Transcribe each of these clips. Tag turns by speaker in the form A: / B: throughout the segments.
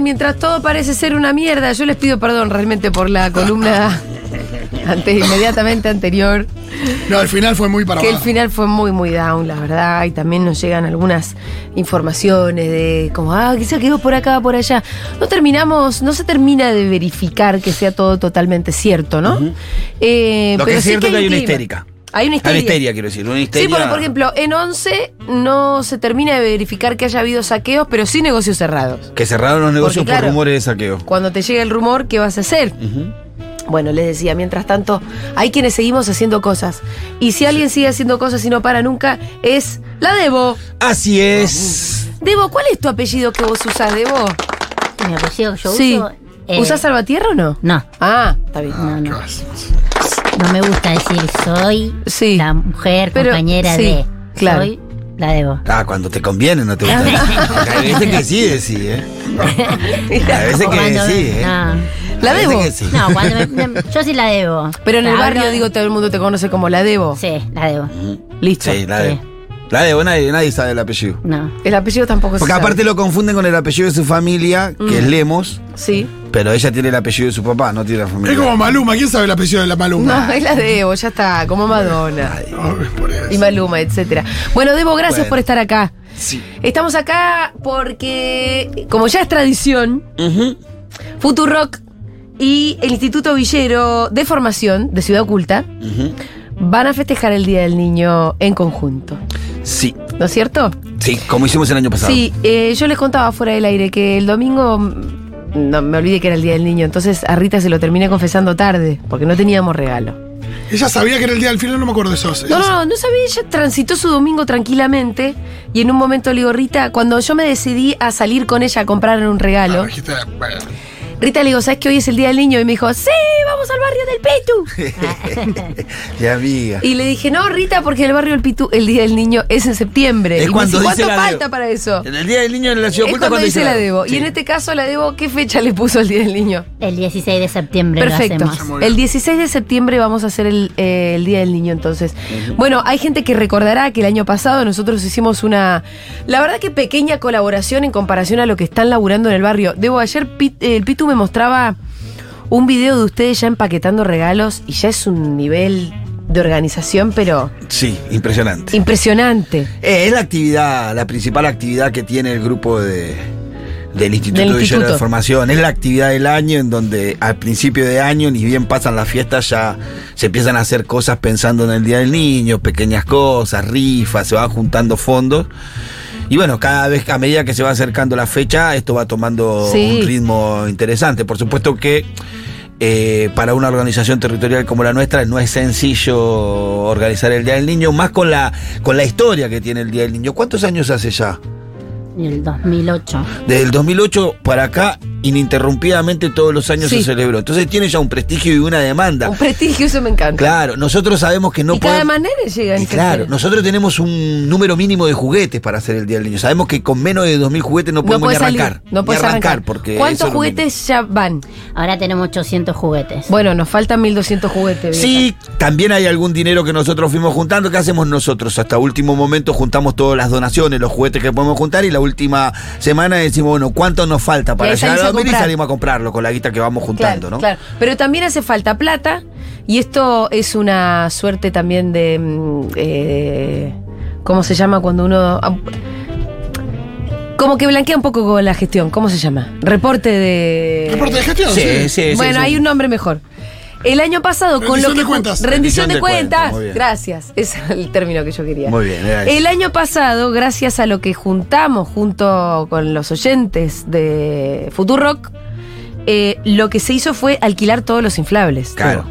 A: mientras todo parece ser una mierda, yo les pido perdón realmente por la columna antes, inmediatamente anterior.
B: No, el final fue muy para
A: Que el
C: Ah.
B: abajo.
A: final fue muy, muy down, la verdad. Y también nos llegan algunas informaciones de como, ah, quizá quedó por acá, por allá. No terminamos, no se termina de verificar que sea todo totalmente cierto, ¿no? Eh,
C: Lo que
A: pero
C: es
A: sí
C: cierto es que hay
A: un
C: una
A: clima.
C: histérica.
A: Hay una
C: Hay
A: histeria.
C: una histeria, quiero decir. Una histeria.
A: Sí, porque por ejemplo, en 11 no se termina de verificar que haya habido saqueos, pero sí negocios cerrados.
C: Que cerraron los negocios
A: Porque, claro,
C: por rumores de saqueo.
A: Cuando te llega el rumor, ¿qué vas a hacer? Bueno, les decía, mientras tanto, hay quienes seguimos haciendo cosas. Y si alguien sigue haciendo cosas y no para nunca, es la Debo.
C: Así es.
A: Debo, ¿cuál es tu apellido que vos usás, Debo?
D: Mi apellido que yo uso. eh,
A: ¿Usás Salvatierra o no?
D: No,
A: Ah, está bien.
D: no,
B: Qué
D: no.
B: vas.
D: No me gusta decir soy
A: Sí.
D: la mujer
A: Pero,
D: compañera
A: sí,
D: de.
A: claro.
D: Soy la debo.
C: Ah, cuando te conviene, no te gusta. Hay veces que sí, decís, ¿eh?
A: Mira,
C: Hay veces
D: O
C: que
D: cuando-
C: sí, ¿eh?
D: No,
A: ¿La
C: Hay veces
A: Debo?
C: que sí.
D: no cuando me- yo sí la debo.
A: Pero en el
D: La
A: barrio,
D: hablo-
A: digo, todo el mundo te conoce como la Debo.
D: Sí, la debo.
A: Listo.
C: Sí, la
D: Sí.
C: de. La de, nadie, nadie sabe el apellido.
D: No.
A: El apellido tampoco
C: Porque
A: se sabe.
C: aparte lo confunden con el apellido de su familia, que es
A: Mm.
C: Lemos,
A: Sí.
C: pero ella tiene el apellido de su papá, no tiene la familia.
B: Es como Maluma, ¿quién sabe el apellido de la Maluma?
A: No, es la Debo, ya está, como Madonna.
B: No, es por eso.
A: Y Maluma, etcétera. Bueno, Debo, gracias
C: Bueno.
A: por estar acá.
C: Sí.
A: Estamos acá porque, como ya es tradición, Futurock y el Instituto Villero de Formación de Ciudad Oculta van a festejar el Día del Niño en conjunto.
C: Sí.
A: ¿No es cierto?
C: Sí, como hicimos el año pasado.
A: Sí, eh, yo les contaba fuera del aire que el domingo mm, no, me olvidé que era el Día del Niño, entonces a Rita se lo terminé confesando tarde, porque no teníamos regalo.
B: Ella sabía que era el día del final, no me acuerdo de eso.
A: No, no, no, no sabía, ella transitó su domingo tranquilamente y en un momento le digo, Rita, cuando yo me decidí a salir con ella a comprar un regalo,
B: Ah,
A: Rita le digo, ¿sabes que hoy es el Día del Niño? Y me dijo, sí, vamos al barrio del Pitu.
C: Ya, amiga.
A: Y le dije, no, Rita, porque el barrio del Pitu, el Día del Niño es en septiembre. y
C: Es
A: me
C: cuando
A: dice,
C: dice
A: ¿cuánto
C: la
A: falta
C: Debo.
A: para eso?
C: En el día del niño en la
A: Es
C: ciudad oculta
A: cuando dice la Debo.
C: Sí.
A: Y en este caso la Debo, ¿qué fecha le puso el Día del Niño?
D: El 16 de septiembre
A: Perfecto.
D: lo hacemos.
A: El 16 de septiembre vamos a hacer el, eh, el Día del Niño, entonces. Bueno, hay gente que recordará que el año pasado nosotros hicimos una, la verdad que pequeña colaboración en comparación a lo que están laburando en el barrio. Debo, ayer Pit- eh, el Pitu me mostraba un video de ustedes ya empaquetando regalos y ya es un nivel de organización, pero
C: Sí, impresionante.
A: impresionante.
C: Eh, es la actividad, la principal actividad que tiene el grupo de, del Instituto
A: Del
C: de Villero
A: instituto.
C: de Formación. Es la actividad del año en donde al principio de año, ni bien pasan las fiestas, ya se empiezan a hacer cosas pensando en el Día del Niño, pequeñas cosas, rifas, se van juntando fondos. Y bueno, cada vez a medida que se va acercando la fecha, esto va tomando
A: Sí.
C: un ritmo interesante. Por supuesto que eh, para una organización territorial como la nuestra no es sencillo organizar el Día del Niño, más con la, con la historia que tiene el Día del Niño. ¿Cuántos años hace ya?
D: El 2008.
C: Desde el 2008 para acá, ininterrumpidamente todos los años
A: Sí.
C: se celebró. Entonces tiene ya un prestigio y una demanda.
A: Un prestigio, eso me encanta.
C: Claro, nosotros sabemos que no
A: y cada
C: podemos...
A: manera llegan.
C: Y claro, nosotros tenemos un número mínimo de juguetes para hacer el Día del Niño. Sabemos que con menos de 2.000 juguetes no podemos
A: podés
C: ni
A: salir,
C: arrancar.
A: no
C: ni
A: podés
C: arrancar,
A: arrancar.
C: porque eso
A: ¿Cuántos
C: es lo mínimo.
A: juguetes ya van?
D: Ahora tenemos 800 juguetes.
A: Bueno, nos faltan 1200 juguetes. vieja.
C: Sí, también hay algún dinero que nosotros fuimos juntando. ¿Qué hacemos nosotros? Hasta último momento juntamos todas las donaciones, los juguetes que podemos juntar y la última semana decimos, bueno, ¿cuánto nos falta
A: Y
C: para
A: ahí
C: llegar
A: salís
C: a
A: a
C: 2000 y
A: comprar.
C: salimos a comprarlo con la guita que vamos juntando,
A: claro,
C: ¿no?
A: claro. Pero también hace falta plata y esto es una suerte también de... mm, eh, ¿Cómo se llama cuando uno... ah, Como que blanquea un poco con la gestión. ¿Cómo se llama? Reporte de...
B: ¿Reporte de gestión?
C: Sí, sí, sí.
A: bueno,
C: sí.
A: hay un nombre mejor. El año pasado con lo
B: Rendición
A: que
B: de
A: ju-
B: cuentas.
A: rendición,
C: Rendición
A: de,
C: de cuentas,
A: cuentas.
C: muy bien.
A: gracias. Es el término que yo quería.
C: Muy bien, era
A: El
C: eso.
A: año pasado, gracias a lo que juntamos junto con los oyentes de Futurock, eh, lo que se hizo fue alquilar todos los inflables.
C: Claro.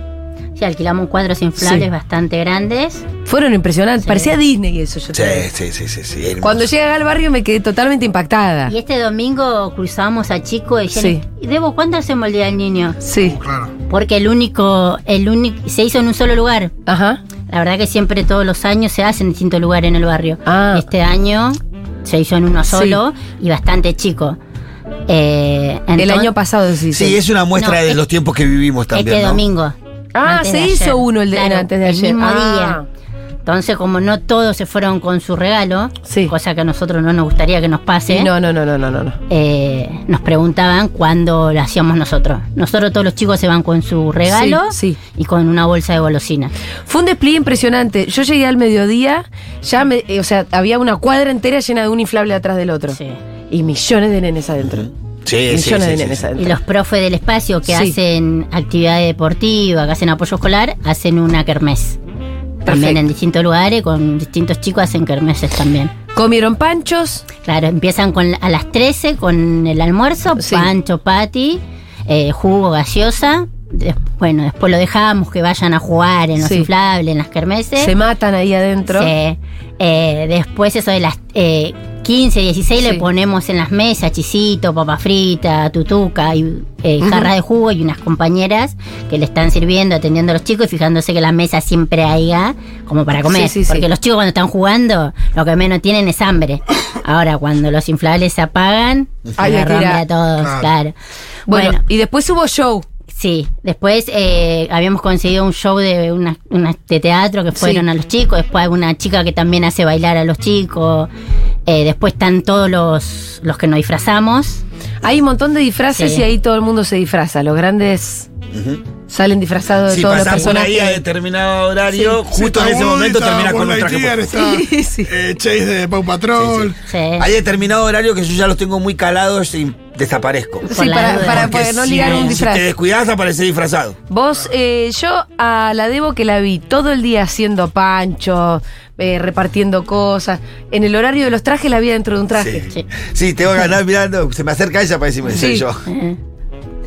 D: Sí, alquilamos cuadros inflables
A: Sí.
D: bastante grandes.
A: Fueron impresionantes.
D: Sí.
A: Parecía Disney eso. Yo
C: Sí,
A: te digo.
C: sí, sí, sí. sí, hermoso.
A: Cuando llegué al barrio me quedé totalmente impactada.
D: Y este domingo cruzamos a Chico y
A: Ah. Sí.
D: Jenny. ¿Y Debo, ¿cuándo hacemos el Día del Niño?
A: Sí.
B: Uh, Claro.
D: Porque el único, el único, se hizo en un solo lugar.
A: Ajá.
D: La verdad que siempre todos los años se hace en distinto lugar en el barrio.
A: Ah.
D: Este año se hizo en uno solo y bastante chico. Eh,
A: el
D: entonces-
A: año pasado se hizo.
C: Sí, es una muestra
D: No,
C: de
D: es-
C: los tiempos que vivimos también.
D: Este
C: ¿no?
D: domingo.
A: Ah,
D: antes
A: se
D: de
A: hizo
D: ayer.
A: uno el de
D: Claro,
A: antes de
D: el
A: ayer.
D: mismo
A: Ah.
D: día. Entonces, como no todos se fueron con su regalo,
A: Sí.
D: cosa que a nosotros no nos gustaría que nos pase,
A: Y No, no, no, no, no, no. no.
D: eh, nos preguntaban cuándo lo hacíamos nosotros. Nosotros todos los chicos se van con su regalo
A: Sí, sí.
D: y con una bolsa de golosina.
A: Fue un despliegue impresionante. Yo llegué al mediodía, ya me, eh, o sea, había una cuadra entera llena de un inflable atrás del otro.
D: Sí.
A: Y millones de nenes adentro.
C: Sí, sí, sí,
A: millones de
C: sí,
A: nenes
C: sí.
A: adentro.
D: Y los profes del espacio que
A: Sí.
D: hacen actividades deportivas, que hacen apoyo escolar, hacen una kermés. También
A: Perfecto.
D: en distintos lugares, con distintos chicos hacen kermeses también.
A: Comieron panchos,
D: Claro, empiezan con, a las 13 con el almuerzo,
A: Sí.
D: pancho, pati, eh, jugo, gaseosa. Des- bueno, después lo dejamos que vayan a jugar en los
A: Sí.
D: inflables, en las kermeses.
A: se matan ahí adentro.
D: Sí. Eh, después eso de las eh, 15, 16 le
A: Sí.
D: ponemos en las mesas chisito, papa frita, tutuca y eh,
A: Ujú.
D: jarra de jugo y unas compañeras que le están sirviendo, atendiendo a los chicos y fijándose que la mesa siempre haya como para comer.
A: Sí, sí, sí.
D: Porque los chicos cuando están jugando lo que menos tienen es hambre. Ahora cuando los inflables se apagan,
A: Hay que
D: agarrame
A: tirar.
D: a todos,
B: Claro.
D: claro.
A: Bueno, y después hubo show.
D: Sí, después eh, habíamos conseguido un show de una, una- de teatro que fueron
A: Sí.
D: a los chicos, después hay una chica que también hace bailar a los chicos, eh, después están todos los, los que nos disfrazamos.
A: Hay un montón de disfraces
D: Sí.
A: y ahí todo el mundo se disfraza. Los grandes salen disfrazados de
C: Si
A: todos los
C: pasás por ahí a
A: personajes.
C: determinado horario,
B: Sí,
C: justo en
B: está
C: ese momento
B: Woody,
C: terminás
B: está Buzz
C: con nuestra
B: Lightyear,
C: que-
B: está
A: Sí, sí.
B: eh, Chase de Pau Patrol.
C: Sí,
D: Sí.
A: Eh.
C: Hay determinado horario que yo ya los tengo muy calados y desaparezco.
A: Sí,
D: Por la
A: para,
D: duda.
A: para
C: Porque
A: poder no
C: si-
A: ligar un
C: Si
A: disfraz.
C: te descuidas, apareces disfrazado.
A: Vos, eh, yo a la Debo que la vi todo el día haciendo pancho, eh, repartiendo cosas. En el horario de los trajes la vi dentro de un traje.
C: Sí.
D: Sí.
C: Sí, te voy a ganar mirando. Se me acerca ella para decirme, soy
A: Sí.
C: yo.
D: Eh,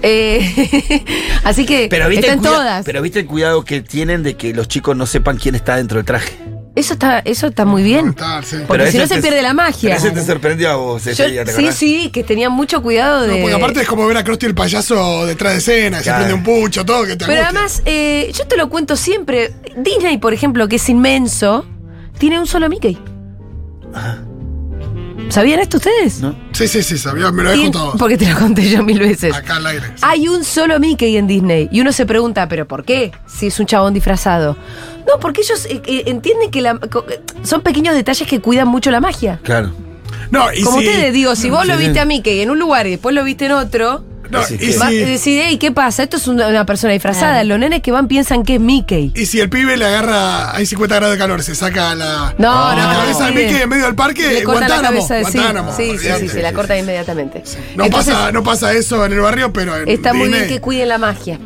A: Eh, así que
C: Pero viste,
A: están
C: el cuida-
A: todas.
C: pero viste el cuidado que tienen de que los chicos no sepan quién está dentro del traje.
A: Eso está, eso está muy bien.
B: Está, sí.
A: Porque
C: Pero
A: si
C: ese
A: no se
C: te-
A: pierde la magia.
C: Pero ese te sorprendió a vos ese
A: Yo-
C: día, ¿te
A: sí,
C: acordás?
A: sí, que tenían mucho cuidado
B: No,
A: de.
B: porque aparte es como ver a Krusty el payaso detrás de escena, se
C: Claro.
B: prende un pucho, todo, que te
A: Pero
B: angustia.
A: además, eh, yo te lo cuento siempre. Disney, por ejemplo, que es inmenso, tiene un solo Mickey. ¿Sabían esto ustedes?
C: No.
B: Sí, sí, sí, sabía, me lo he
A: Tien-
B: contado.
A: porque Ah, te lo conté yo mil veces.
B: Acá al aire.
A: Hay un solo Mickey en Disney. Y uno se pregunta, ¿pero por qué? Si es un chabón disfrazado. No, porque ellos eh, eh, entienden que la- co- eh, son pequeños detalles que cuidan mucho la magia.
C: Claro.
B: No, y
A: Como
B: si,
A: ustedes digo, si vos lo
C: Sí,
A: viste
C: sí.
A: a Mickey en un lugar y después lo viste en otro,
B: no,
C: Sí,
B: y,
C: sí.
A: va- y
B: si,
A: decís, "Ey, ¿qué pasa? Esto es una, una persona disfrazada. Los nenes que van piensan que es Mickey.
B: y si el pibe le agarra, hay 50 grados de calor, se saca la,
A: No,
B: Ah, la
A: no, no,
B: cabeza de
A: sí.
B: Mickey en medio del parque,
A: Le corta la
B: Guantánamo.
A: cabeza de sí.
B: Guantánamo,
A: Sí, sí, sí,
B: olvidate.
A: se la corta inmediatamente.
B: No,
A: Entonces,
B: pasa, no pasa eso en el barrio, pero en
A: Está muy bien
B: Disney-
A: que cuiden la magia.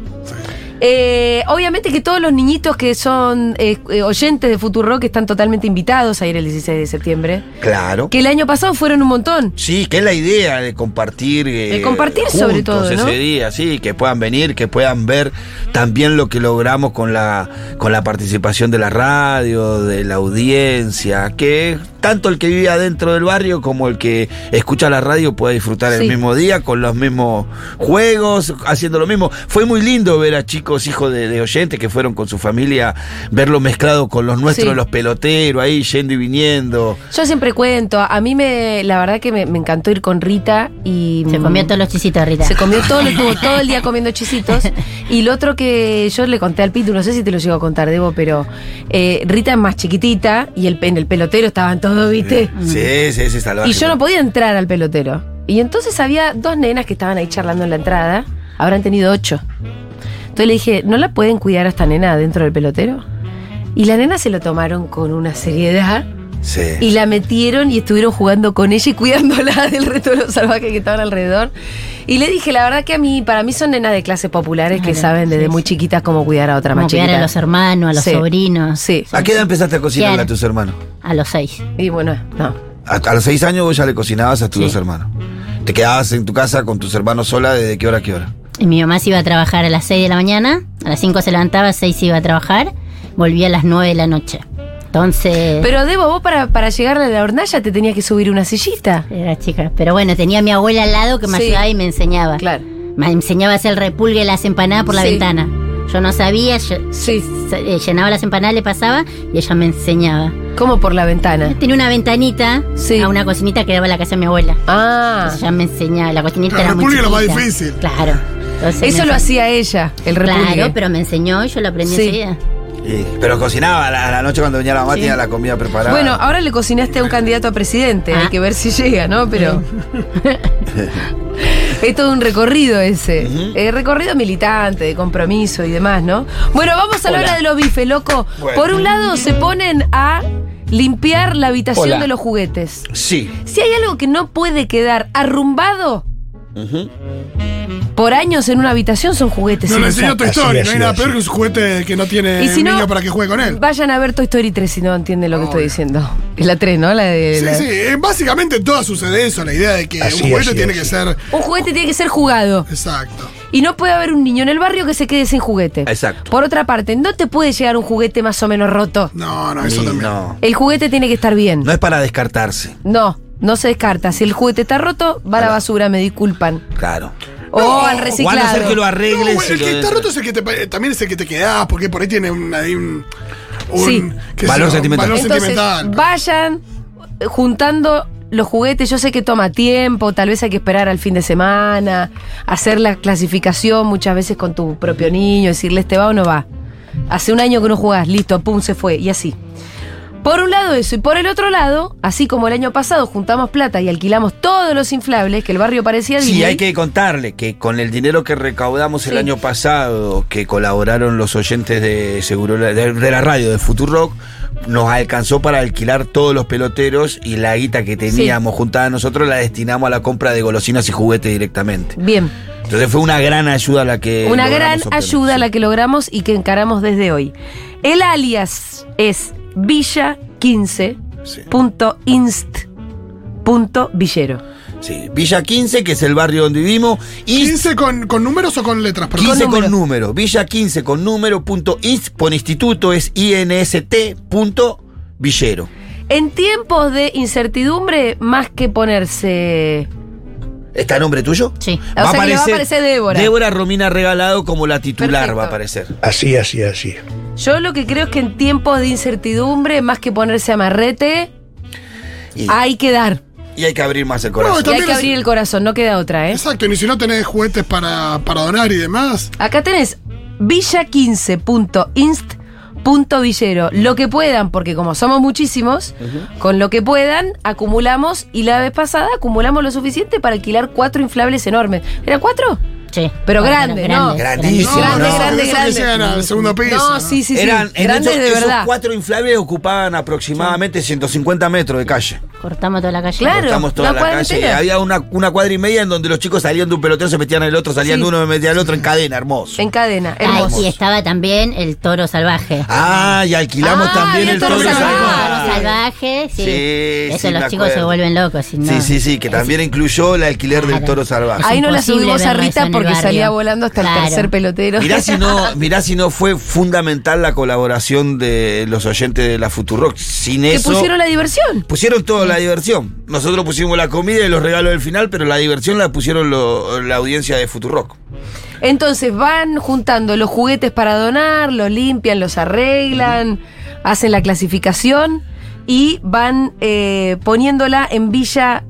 A: Eh, obviamente que todos los niñitos que son eh, eh, oyentes de Futurock están totalmente invitados a ir el 16 de septiembre.
C: Claro.
A: Que el año pasado fueron un montón.
C: Sí, que es la idea de compartir. eh,
A: De compartir sobre
C: juntos
A: todo, ¿no?
C: Ese día, sí, que puedan venir, que puedan ver también lo que logramos con la, con la participación de la radio, de la audiencia, que tanto el que vive adentro del barrio como el que escucha la radio puede disfrutar
A: Sí.
C: el mismo día con los mismos juegos, haciendo lo mismo. Fue muy lindo ver a chicos, hijos de, de oyentes que fueron con su familia, verlo mezclado con los nuestros,
A: Sí.
C: los peloteros, ahí yendo y viniendo.
A: Yo siempre cuento, a mí me, la verdad que me, me encantó ir con Rita y... mm,
D: Se comió todos los chisitos, Rita.
A: Se comió todo, lo estuvo todo el día comiendo chisitos. Y lo otro que yo le conté al Pitu, no sé si te lo llego a contar, Debo, pero eh, Rita es más chiquitita y el, pe- en el pelotero estaban todos, ¿viste?
C: Sí, sí, sí, salvaje.
A: Este Y yo no podía entrar al pelotero. Y entonces había dos nenas que estaban ahí charlando en la entrada. Habrán tenido ocho. Entonces le dije, ¿no la pueden cuidar a esta nena dentro del pelotero? Y la nena se lo tomaron con una seriedad
C: Sí.
A: y la metieron y estuvieron jugando con ella y cuidándola del resto de los salvajes que estaban alrededor. Y le dije, la verdad que a mí, para mí son nenas de clases populares que
D: Claro,
A: saben desde
D: sí,
A: muy
D: sí.
A: chiquitas cómo cuidar a otra
D: Como
A: más
D: cuidar
A: chiquita.
D: a los hermanos, a los
A: Sí.
D: sobrinos.
A: Sí.
C: ¿A qué edad empezaste a cocinarle
D: ¿Quién?
C: a tus hermanos?
D: A los seis.
A: Y bueno, no.
C: A, a los seis años vos ya le cocinabas a tus
D: Sí.
C: dos hermanos. Te quedabas en tu casa con tus hermanos sola desde qué hora a qué hora.
D: Y mi mamá se iba a trabajar a las 6 de la mañana, a las 5 se levantaba, a las 6 se iba a trabajar, volvía a las 9 de la noche. Entonces...
A: Pero Debo, vos para, para llegar a la hornalla te tenías que subir una sillita.
D: Era chica. Pero bueno, tenía a mi abuela al lado que me
A: Sí.
D: ayudaba y me enseñaba.
A: Claro.
D: Me enseñaba a hacer el repulgue de las empanadas por la
A: Sí.
D: ventana. Yo no sabía, yo-
A: Sí.
D: eh, llenaba las empanadas, le pasaba y ella me enseñaba.
A: Como por la ventana.
D: Tenía una ventanita
A: Sí.
D: a una cocinita que daba la casa de mi abuela.
A: Ah.
D: Entonces ella me enseñaba, la cocinita
B: La
D: era muy
B: repulgue es lo más
D: chiquita.
B: difícil.
D: Claro. Entonces
A: Eso
D: me-
A: lo hacía ella, el repulgue.
D: Claro, pero me enseñó y yo lo aprendí
A: Sí.
D: enseguida.
C: Y- pero cocinaba a la, a la noche cuando venía la mamá,
A: Sí.
C: tenía la comida preparada.
A: Bueno, ahora le cocinaste a un candidato a presidente, hay
D: Ah.
A: que ver si llega, ¿no? Pero. es todo un recorrido ese.
C: Ujú.
A: Eh, recorrido militante, de compromiso y demás, ¿no? Bueno, vamos a la
C: Hola.
A: hora de los bifes, loco.
C: Bueno.
A: Por un lado, se ponen a limpiar la habitación
E: Hola.
A: de los juguetes.
C: Sí.
A: Si hay algo que no puede quedar arrumbado
C: Ujú.
A: por años en una habitación, son juguetes.
B: No
A: sin
B: lo enseñó
A: usar.
B: tu
C: Así,
B: historia,
C: así,
B: no hay nada
C: así.
B: peor que un juguete que no tiene
A: Y si no,
B: eh, niño para que juegue con él.
A: Vayan a ver Toy Story 3 si no entienden lo que estoy diciendo. Es la 3, ¿no? La de.
B: Sí,
A: la-
B: sí, eh, básicamente en todas sucede eso, la idea de que
E: Así,
B: un juguete
E: así,
B: tiene
E: así.
B: que ser.
A: Un juguete tiene que ser jugado.
B: Exacto.
A: Y no puede haber un niño en el barrio que se quede sin juguete.
C: Exacto.
A: Por otra parte, no te puede llegar un juguete más o menos roto.
B: No, no, eso
C: Y
B: también.
C: no.
A: El juguete tiene que estar bien.
C: No es para descartarse.
A: No, no se descarta. Si el juguete está roto, va a la basura, me disculpan.
C: Claro.
A: O al
C: O a no ser
A: reciclado.
C: que lo arregles.
B: No, bueno,
C: y
B: el
C: lo
B: que está
C: des-
B: roto es el que te, pa- también es el que te quedás, porque por ahí tiene un, ahí un, un-
A: Sí.
B: qué sé
C: Valor
B: yo,
C: sentimental.
B: valor
A: Entonces,
B: sentimental.
A: vayan juntando los juguetes. Yo sé que toma tiempo, tal vez hay que esperar al fin de semana, hacer la clasificación muchas veces con tu propio niño, decirle este va o no va. Hace un año que no jugás, listo, pum, se fue, y así. Por un lado eso, y por el otro lado, así como el año pasado juntamos plata y alquilamos todos los inflables, que el barrio parecía
C: Sí,
A: Disney,
C: hay que contarle que con el dinero que recaudamos el
A: Sí.
C: año pasado, que colaboraron los oyentes de Seguro de, de la radio de Futurock, nos alcanzó para alquilar todos los peloteros y la guita que teníamos juntada nosotros la destinamos a la compra de golosinas y juguetes directamente.
A: Bien,
C: Entonces fue una gran ayuda la que.
A: una
C: Eh, logramos
A: gran
C: obtener.
A: ayuda
C: Sí.
A: la que logramos y que encaramos desde hoy. El alias es Villa 15.
C: Sí.
A: punto inst punto villero.
C: Sí. Villa 15, que es el barrio donde vivimos, y
B: 15 con, con números o con letras, perdón.
C: 15
A: Con
C: con,
A: número.
C: número. Villa 15 con número punto is, por instituto es inst punto villero.
A: En tiempos de incertidumbre, más que ponerse.
C: ¿Está a nombre tuyo?
D: Sí.
A: O sea que le va a aparecer Débora.
C: Débora Romina Regalado como la titular
A: Perfecto.
C: va a aparecer.
E: Así, así, así.
A: Yo lo que creo es que en tiempos de incertidumbre, más que ponerse amarrete,
C: Y,
A: hay que dar.
C: y hay que abrir más el corazón.
A: Y hay
B: También
A: que
B: es-
A: abrir el corazón, no queda otra, ¿eh?
B: Exacto, y si no tenés juguetes para, para donar y demás.
A: Acá tenés villa15.inst.villero. Lo que puedan, porque como somos muchísimos, con lo que puedan, acumulamos. Y la vez pasada acumulamos lo suficiente para alquilar cuatro inflables enormes. ¿Eran cuatro?
D: Sí.
A: Pero
D: Bueno,
A: grande, ¿no?
C: Grandísimo,
A: Grande,
C: no.
A: grande,
B: Eso que
A: grande.
B: llegan al segundo piso,
A: No,
B: ¿no?
A: sí, sí, sí.
C: Eran, en
A: Grandes
C: esos-
A: de
C: esos
A: verdad.
C: cuatro inflables ocupaban aproximadamente 150 metros de calle.
D: Cortamos toda la calle.
A: Claro.
C: Cortamos toda
A: la
C: la,
A: cuadra
C: calle.
A: entera.
C: Había una, una cuadra y media en donde los chicos salían de un pelotero, se metían en el otro, salían
A: Sí.
C: de uno, se metían al otro en cadena, hermoso.
A: En cadena,
D: Ay,
A: hermoso.
D: y estaba también el toro salvaje.
C: Ah, y alquilamos
A: Ah,
C: también
A: había
C: el
A: toro
C: toro
A: salvaje.
C: salvaje.
D: Toro salvaje, sí.
C: Sí,
D: Eso
C: sí,
D: los
C: me
D: chicos se
C: acuerdo.
D: vuelven locos. si no.
C: Sí, sí, sí, que también incluyó el alquiler del
D: Claro.
C: toro salvaje.
A: Ahí no la
D: imposible
A: subimos a
D: verlo eso
A: Rita
D: en el
A: porque
D: barrio.
A: salía volando hasta
D: Claro.
A: el tercer pelotero.
C: Mirá si, no, mirá si no fue fundamental la colaboración de los oyentes de la Futurock. Sin
A: que
C: eso.
A: pusieron la diversión.
C: pusieron toda la diversión. Nosotros pusimos la comida y los regalos del final, pero la diversión la pusieron lo- la audiencia de Futurock.
A: Entonces van juntando los juguetes para donar, los limpian, los arreglan, hacen la clasificación y van eh, poniéndola en Villa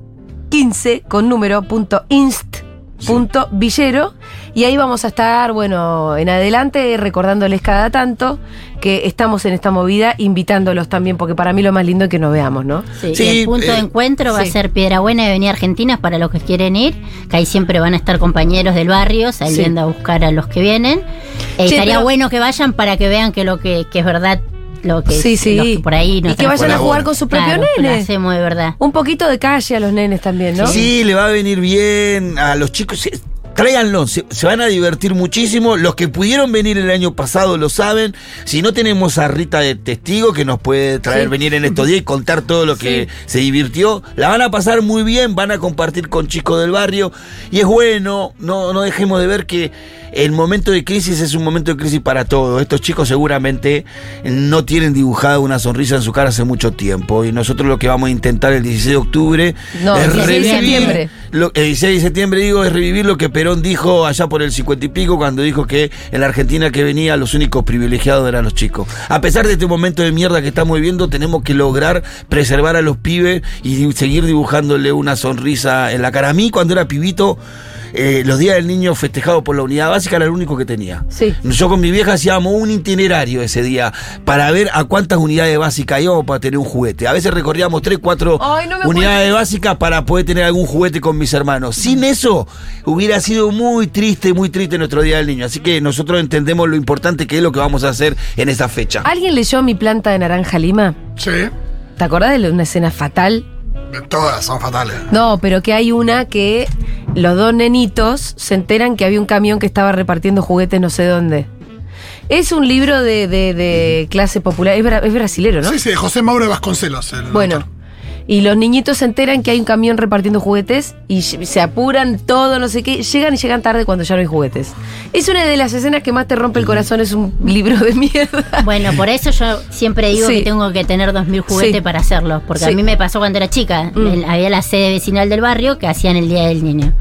A: 15 con número punto inst punto villero y ahí vamos a estar bueno en adelante recordándoles cada tanto que estamos en esta movida invitándolos también porque para mí lo más lindo es que nos veamos no
D: Sí,
C: Sí,
D: y el punto
C: eh,
D: de encuentro va
A: sí.
D: a ser Piedra Buena y Avenida Argentina para los que quieren ir, que ahí siempre van a estar compañeros del barrio saliendo a buscar a los que vienen. Eh,
A: Che,
D: estaría
A: pero-
D: bueno que vayan para que vean que lo que, que es verdad, lo que,
A: Sí, sí.
D: los que por ahí no
A: y que vayan a
C: colabora.
A: jugar con sus propios
D: Lo
A: nenes.
D: hacemos de verdad.
A: Un poquito de calle a los nenes también, ¿no?
C: Sí, le va a venir bien a los chicos. Sí, Tráiganlo, se, se van a divertir muchísimo. Los que pudieron venir el año pasado lo saben. Si no tenemos a Rita de testigo que nos puede traer,
A: Sí.
C: venir en estos días y contar todo lo que se divirtió, la van a pasar muy bien, van a compartir con chicos del barrio. Y es bueno, no, no dejemos de ver que el momento de crisis es un momento de crisis para todos. Estos chicos seguramente no tienen dibujada una sonrisa en su cara hace mucho tiempo. Y nosotros lo que vamos a intentar el 16 de octubre
A: No,
C: es
A: 16 de
C: revivir
A: septiembre.
C: lo- el 16 de septiembre, digo, es revivir lo que Perón dijo allá por el 50 y pico, cuando dijo que en la Argentina que venía los únicos privilegiados eran los chicos. A pesar de este momento de mierda que estamos viviendo, tenemos que lograr preservar a los pibes y di- seguir dibujándole una sonrisa en la cara. A mí, cuando era pibito, eh, los días del niño festejados por la unidad básica era el único que tenía.
A: Sí.
C: Yo con mi vieja hacíamos un itinerario ese día para ver a cuántas unidades básicas íbamos para tener un juguete. A veces recorríamos 3, 4
A: Ay, no me
C: unidades básicas para poder tener algún juguete con mis hermanos. Sin eso hubiera sido muy triste, muy triste nuestro Día del Niño. Así que nosotros entendemos lo importante que es lo que vamos a hacer en esa fecha.
A: ¿Alguien leyó Mi planta de naranja lima?
B: Sí.
A: ¿Te acordás de una escena fatal?
B: Todas son fatales.
A: No, pero que hay una que los dos nenitos se enteran que había un camión que estaba repartiendo juguetes no sé dónde. Es un libro de, de- de clase popular, es, bra- es brasilero, ¿no?
B: Sí, sí, de José Mauro de Vasconcelos. el
A: Bueno.
B: autor.
A: Y los niñitos se enteran que hay un camión repartiendo juguetes y ll- se apuran todo, no sé qué. Llegan y llegan tarde cuando ya no hay juguetes. Es una de las escenas que más te rompe el corazón, es un libro de mierda.
D: Bueno, por eso yo siempre digo
A: Sí.
D: que tengo que tener 2.000 juguetes
A: Sí.
D: para hacerlo, porque
A: Sí.
D: a mí me pasó cuando era chica.
A: Mm.
D: El- había la sede vecinal del barrio que hacían el Día del Niño.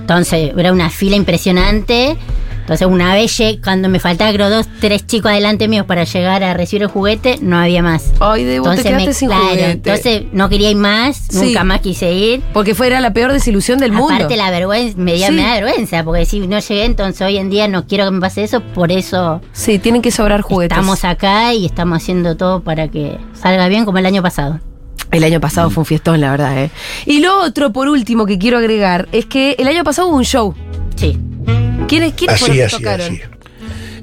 D: Entonces, era una fila impresionante. Entonces, una vez, lleg- cuando me faltaba creo dos, tres chicos adelante míos para llegar a recibir el juguete, no había más.
A: Ay, de vos te
D: Entonces,
A: quedaste
D: me,
A: sin
D: claro,
A: juguete.
D: entonces no quería ir más,
A: Sí.
D: nunca más quise ir.
A: Porque fuera la peor desilusión del mundo.
D: Aparte la vergüenza, me, dio-
A: Sí.
D: me da vergüenza, porque si no llegué, entonces hoy en día no quiero que me pase eso, por eso
A: Sí, tienen que sobrar juguetes.
D: estamos acá y estamos haciendo todo para que salga bien como el año pasado.
A: El año pasado fue un fiestón, la verdad, ¿eh? Y lo otro, por último, que quiero agregar es que el año pasado hubo un show.
D: Sí.
A: ¿Quiénes, quiénes fueron
E: Así,
A: que
E: así,
A: tocaron?
E: así.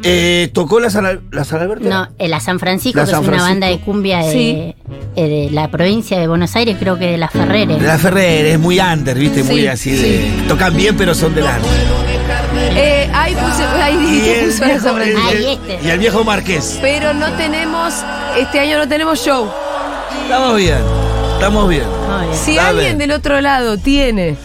C: Eh, ¿Tocó la San, Al- la San Alberto?
D: No, eh, la San Francisco,
C: La
D: que
C: San
D: es una
C: Francisco.
D: banda de cumbia de,
A: Sí.
D: eh, de la provincia de Buenos Aires, creo que de las Ferreres.
C: La Ferrer es muy under, viste,
A: Sí,
C: muy así de. Tocan bien, pero son de la.
A: Eh, ahí puse, ahí
C: Y
A: dije que
C: el,
A: puso la
C: Ah, viejo,
A: sorpresa.
D: Ay,
C: el-
D: este.
C: y el viejo Marqués.
A: Pero no tenemos, este año no tenemos show.
C: Estamos bien, estamos bien.
D: Muy bien.
A: Si
C: A
A: alguien
C: ver.
A: del otro lado tiene,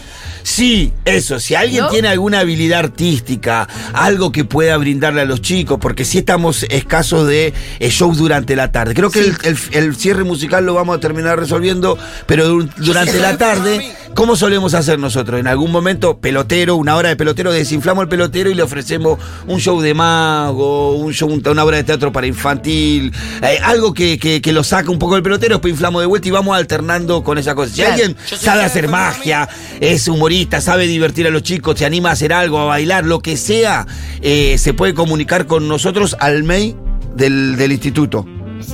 C: Sí, eso, si alguien
A: ¿No?
C: tiene alguna habilidad artística, algo que pueda brindarle a los chicos, porque sí estamos escasos de eh, shows durante la tarde. Creo que el, el- el cierre musical lo vamos a terminar resolviendo, pero dur- durante la tarde, ¿cómo solemos hacer nosotros? En algún momento, pelotero, una hora de pelotero, desinflamos el pelotero y le ofrecemos un show de mago, un show, un- una obra de teatro para infantil, eh, algo que, que- que lo saca un poco del pelotero, después inflamos de vuelta y vamos alternando con esa cosa. Si
A: Claro.
C: alguien sabe hacer magia, es humorista, sabe divertir a los chicos, se anima a hacer algo, a bailar, lo que sea, eh, se puede comunicar con nosotros al mail del, del instituto.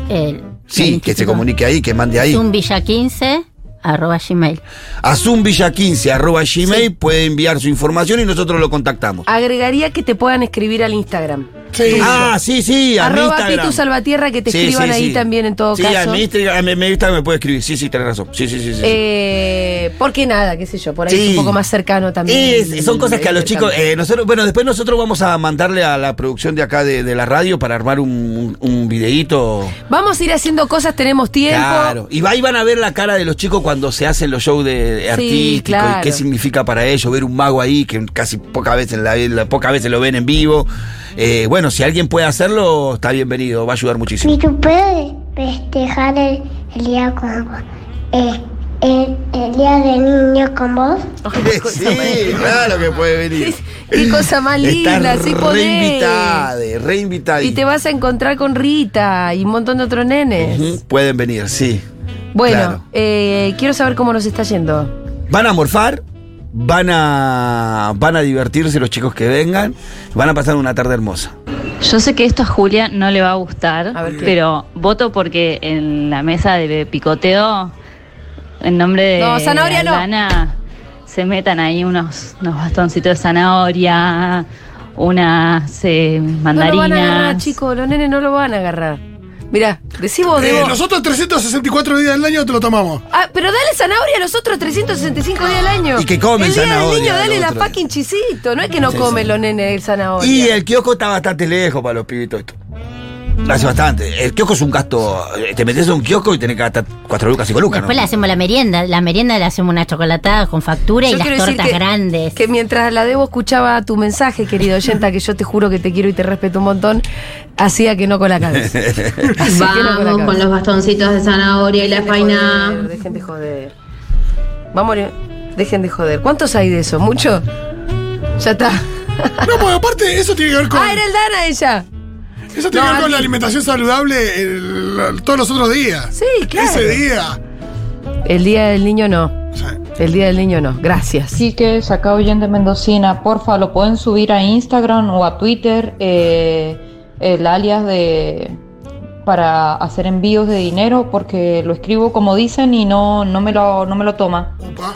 D: El-
C: Sí,
D: el
C: que se
D: instituto.
C: comunique ahí, que mande ahí.
D: Zumbilla15 arroba gmail.
C: A zumbilla15 arroba gmail puede enviar su información y nosotros lo contactamos.
A: Ah, agregaría que te puedan escribir al Instagram.
B: Sí.
C: Ah, sí, sí, a mi
A: Arroba
C: Instagram.
A: Pitu Salvatierra, que te
C: Sí,
A: escriban
C: sí,
A: ahí
C: sí.
A: también en todo
C: sí,
A: caso.
C: a mi Instagram, a mi- mi Instagram me puede escribir. Sí, sí, tenés razón. Sí, sí, sí. sí, sí.
A: Eh, porque nada, qué sé yo, por ahí es
C: Sí.
A: un poco más cercano también.
C: Es- son cosas que a los chicos, eh, nosotros, bueno, después nosotros vamos a mandarle a la producción de acá de, de la radio para armar un, un, un videíto.
A: Vamos a ir haciendo cosas, tenemos tiempo.
C: eh. Claro. Y va- ahí van a ver la cara de los chicos cuando se hacen los shows de
A: Sí,
C: artísticos
A: claro.
C: y qué significa para ellos ver un mago ahí que casi pocas veces la, la- pocas veces lo ven en vivo. Eh, bueno, si alguien puede hacerlo, está bienvenido, va a ayudar muchísimo.
F: Pitu, ¿puedo festejar el, el día con vos? Eh, el, el día del niño con vos.
C: Sí, claro que puede venir.
A: Qué cosa más linda,
C: Está
A: sí podés.
C: reinvitada, reinvitada.
A: Y te vas a encontrar con Rita y un montón de otros nenes.
C: Ujú, Pueden venir, sí.
A: Bueno,
C: Claro.
A: eh, quiero saber cómo nos está yendo.
C: Van a morfar, van a, van a divertirse los chicos que vengan, van a pasar una tarde hermosa.
G: Yo sé que esto a Julia no le va a gustar,
A: A ver qué.
G: pero voto porque en la mesa de picoteo, en nombre de
A: No, zanahoria no.
G: Aldana, se metan ahí unos, unos bastoncitos de zanahoria, unas eh,
A: No
G: mandarinas.
A: lo van a agarrar, chicos, los nenes no lo van a agarrar. Mirá, decimos de
B: Eh,
A: vos.
B: nosotros 364 días del año te lo tomamos.
A: Ah, pero dale zanahoria a los otros 365 días del año.
C: Y que comen
A: El día
C: zanahoria
A: del niño, dale
C: los
A: la
C: otros
A: fucking chisito. No es que no
C: Sí,
A: comen
C: sí.
A: los nenes el zanahoria.
C: Y eh, el kiosco está bastante lejos para los pibitos. esto. Hace bastante. El kiosco es un gasto. eh, Te metes a un kiosco y tenés que gastar 4 lucas, 5 lucas. ¿no?
D: Después le hacemos la merienda, la merienda le hacemos una chocolatada con factura
A: Yo
D: y las
A: quiero decir
D: tortas
A: que-
D: grandes.
A: Que mientras la Debo escuchaba tu mensaje, querido oyenta, que yo te juro que te quiero y te respeto un montón, hacía que no con la cabeza. Así que no
H: Vamos con los bastoncitos de zanahoria y la
A: joder,
H: faina.
A: Dejen de joder. Vamos, dejen de joder. ¿Cuántos hay de eso? ¿Mucho? Ya está.
B: No, pues aparte, eso tiene que ver con.
A: Ah, era el Dana ella.
B: Eso tiene
A: No,
B: que ver
A: a
B: con
A: mí-
B: la alimentación saludable el- todos los otros días.
A: Sí, claro.
B: Ese día.
A: El día del niño no.
B: O sea,
A: El día del niño no. Gracias.
E: Sí que acá oyente Mendocina, porfa, lo pueden subir a Instagram o a Twitter, eh, el alias de para hacer envíos de dinero, porque lo escribo como dicen y no, no me lo no me lo toma.
B: Upa.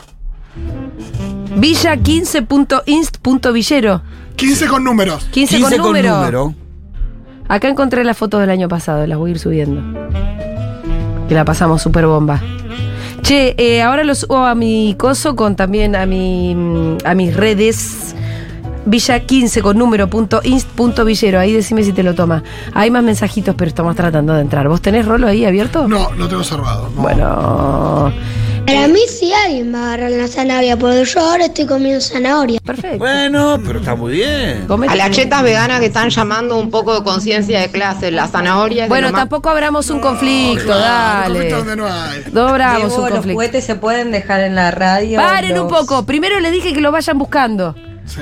A: Villa 15.inst.villero.
B: 15 con números.
A: 15, con,
C: con
A: número.
C: número.
A: Acá encontré las fotos del año pasado, las voy a ir subiendo. Que la pasamos súper bomba. Che, eh, ahora lo subo a mi coso con también a mi mm, a mis redes. Villa 15 con número punto inst punto villero. Ahí decime si te lo toma. Hay más mensajitos, pero estamos tratando de entrar. ¿Vos tenés rolo ahí abierto?
B: No, lo tengo cerrado. no.
A: Bueno.
F: Para mí sí alguien va a agarrar la zanahoria, porque yo ahora estoy comiendo zanahoria.
A: Perfecto.
C: Bueno, pero está muy bien.
A: Comete.
I: A las chetas veganas que están llamando un poco de conciencia de clase, las zanahorias. de
A: Bueno,
I: lo más-
A: tampoco abramos un conflicto,
B: Claro,
A: dale.
B: conflicto donde no hay.
A: No abramos un
J: los
A: conflicto.
J: juguetes se pueden dejar en la radio.
A: Paren un
J: los-
A: poco. Primero les dije que lo vayan buscando.
B: Sí.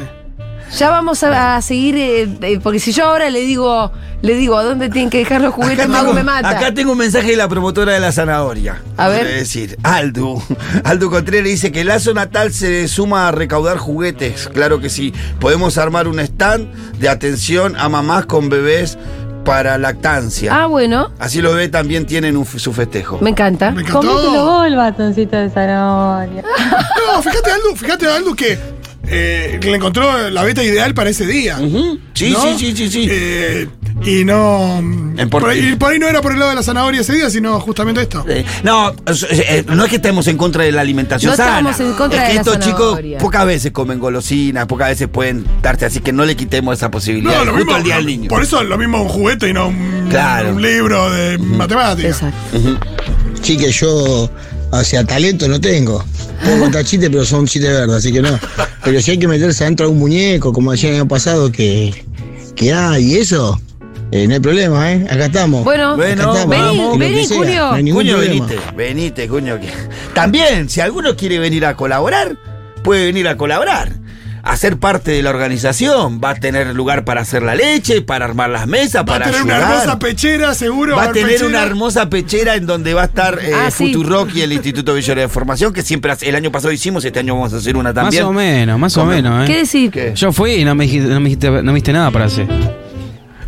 A: Ya vamos a, a seguir, eh, eh, porque si yo ahora le digo, le digo a dónde tienen que dejar los juguetes, Mago me mata.
C: acá tengo un mensaje de la promotora de la zanahoria.
A: A ver.
C: Es decir, Aldu. Aldu Contreras dice que el lazo natal se suma a recaudar juguetes. Claro que sí. Podemos armar un stand de atención a mamás con bebés para lactancia.
A: Ah, bueno,
C: Así los bebés también tienen un f- su festejo.
A: me encanta.
B: Me
J: Cómetelo
B: encantó.
J: vos el batoncito de zanahoria.
B: No, fíjate Aldo, fíjate Aldo que eh, le encontró la beta ideal para ese día.
C: Ujú. Sí,
B: ¿no?
C: sí, sí, sí, sí.
B: Eh, y no.
C: En por-
B: por, ahí, por ahí no era por el lado de la zanahoria ese día, sino justamente esto.
C: Eh, No, es- es- eh, no es que estemos en contra de la alimentación
A: No
C: sana.
A: estamos en contra
C: es
A: de
C: que
A: la
C: estos chicos
A: zanahoria.
C: pocas veces comen golosinas, pocas veces pueden darse, así que no le quitemos esa posibilidad.
B: No, lo
C: eh, justo
B: mismo.
C: el día del niño.
B: Por eso lo mismo un juguete y no un,
C: Claro.
B: un libro de matemáticas.
A: Exacto.
K: Sí que yo, o sea, talento no tengo. Puedo contar chistes, pero son chistes verdes, así que no. Pero si hay que meterse adentro de un muñeco, como decía el año pasado, que, que hay, y eso, eh, no hay problema, ¿eh? Acá estamos.
A: Bueno,
C: Bueno,
K: Acá estamos,
A: vení,
K: vamos, lo que
A: vení,
K: sea,
A: Julio.
K: No hay ningún
C: Cuño,
K: problema.
C: venite, venite, cuño. que- También, si alguno quiere venir a colaborar, puede venir a colaborar. A ser parte de la organización. Va a tener lugar para hacer la leche, para armar las mesas,
B: Va a
C: para
B: tener una
C: ayudar.
B: hermosa pechera, seguro.
C: Va a
B: haber
C: tener
B: pechera.
C: una hermosa pechera en donde va a estar eh,
A: Ah, sí.
C: Futurock y el Instituto Villero de Formación, que siempre hace- el año pasado hicimos, este año vamos a hacer una
L: Más
C: también.
L: o menos, más o
C: Come-
L: menos,
A: ¿Qué
L: ¿eh?
A: decir?
C: ¿Qué?
L: Yo fui y no me dijiste, no me dijiste, no me dijiste nada para hacer.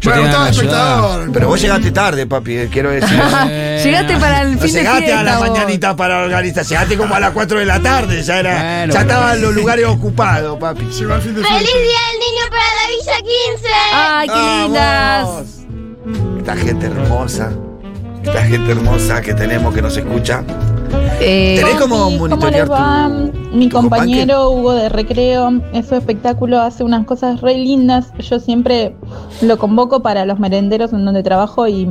B: Yo
L: te
B: estaba
L: van a ayudar.
B: espectador.
C: Pero vos llegaste tarde, papi, eh, quiero decir.
L: Bueno.
A: Llegaste para el
C: No
A: fin de
C: llegaste
A: fiesta.
C: a la
A: vos.
C: mañanita para organizar, llegaste como a las 4 de la tarde, ya era,
L: Bueno,
C: ya
L: pero-
C: estaban los lugares ocupados, papi.
B: Llegó al fin de
F: ¡Feliz
B: fiesta.
F: Día del Niño para la Villa 15!
A: Ay, qué lindas.
C: ¡Vamos! Esta gente hermosa. Esta gente hermosa que tenemos que nos escucha.
A: Eh,
C: ¿Tenés como monitorear tu-
E: Mi
C: tu
E: compañero Hugo de Recreo es su espectáculo, hace unas cosas re lindas. Yo siempre lo convoco para los merenderos en donde trabajo y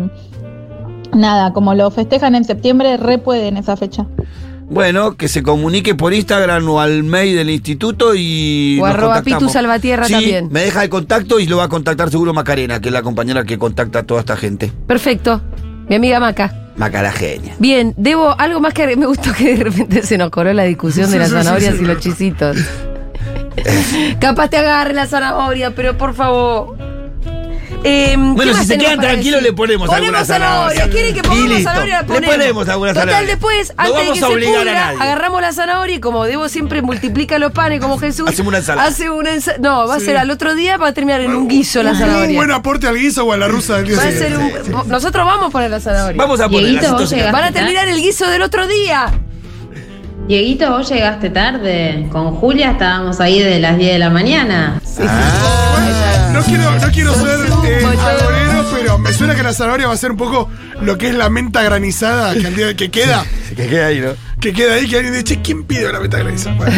E: nada, como lo festejan en septiembre, re pueden esa fecha.
C: Bueno, que se comunique por Instagram o al mail del instituto y.
A: O
C: nos
A: arroba
C: contactamos.
A: Pitu Salvatierra
C: Sí,
A: también.
C: Me deja el contacto y lo va a contactar seguro Macarena, que es la compañera que contacta a toda esta gente.
A: perfecto. Mi amiga Maca.
C: Macara genia.
A: Bien, debo algo más que me gustó que de repente se nos coró la discusión de
B: Sí,
A: las
B: sí, sí,
A: zanahorias
B: sí.
A: y los chisitos. Capaz te agarre la zanahoria, pero por favor. Eh, ¿qué
C: Bueno,
A: más
C: si se
A: tenemos
C: quedan
A: para
C: tranquilos,
A: decir?
C: le ponemos alguna
A: Ponemos zanahoria.
C: zanahoria.
A: ¿Quieren que
C: Y
A: pongamos
C: listo.
A: zanahoria? La
C: Le
A: ponemos.
C: ponemos alguna
A: Total,
C: zanahoria.
A: después,
C: No
A: antes de
C: vamos
A: que
C: a
A: se
C: obligar a
A: pudra,
C: nadie.
A: agarramos la zanahoria y como debo siempre multiplica los panes como Jesús.
C: Hacemos una ensalada.
A: Hace una ensa- No, va a
B: Sí.
A: ser al otro día, va a terminar en un guiso la
B: Un
A: zanahoria.
B: buen aporte al guiso o a la rusa del día
A: Va a
B: siguiente.
A: ser un- Nosotros vamos a poner la zanahoria.
C: Vamos a poner
H: Dieguito, vos
C: entonces-
H: llegaste
A: Van a
H: tarde.
A: terminar el guiso del otro día.
H: Dieguito, vos llegaste tarde. Con Julia estábamos ahí de las 10 de la mañana.
C: Ah.
B: No quiero, no quiero ser eh, agorero, pero me suena que la zanahoria va a ser un poco lo que es la menta granizada que, al día- que queda,
C: Que queda ahí, ¿no?
B: que queda ahí, que alguien dice, "Che, ¿quién pidió la menta granizada? Bueno,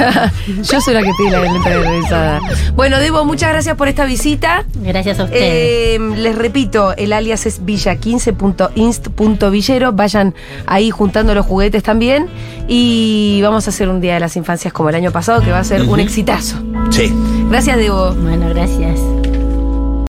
A: Yo soy la que tiene la lente revisada. Bueno, Debo, muchas gracias por esta visita.
D: Gracias a ustedes.
A: Eh, les repito, el alias es villa15.inst.villero. Vayan ahí juntando los juguetes también. Y vamos a hacer un Día de las Infancias como el año pasado, que va a ser un exitazo.
C: Sí.
A: Gracias, Debo.
D: Bueno, gracias.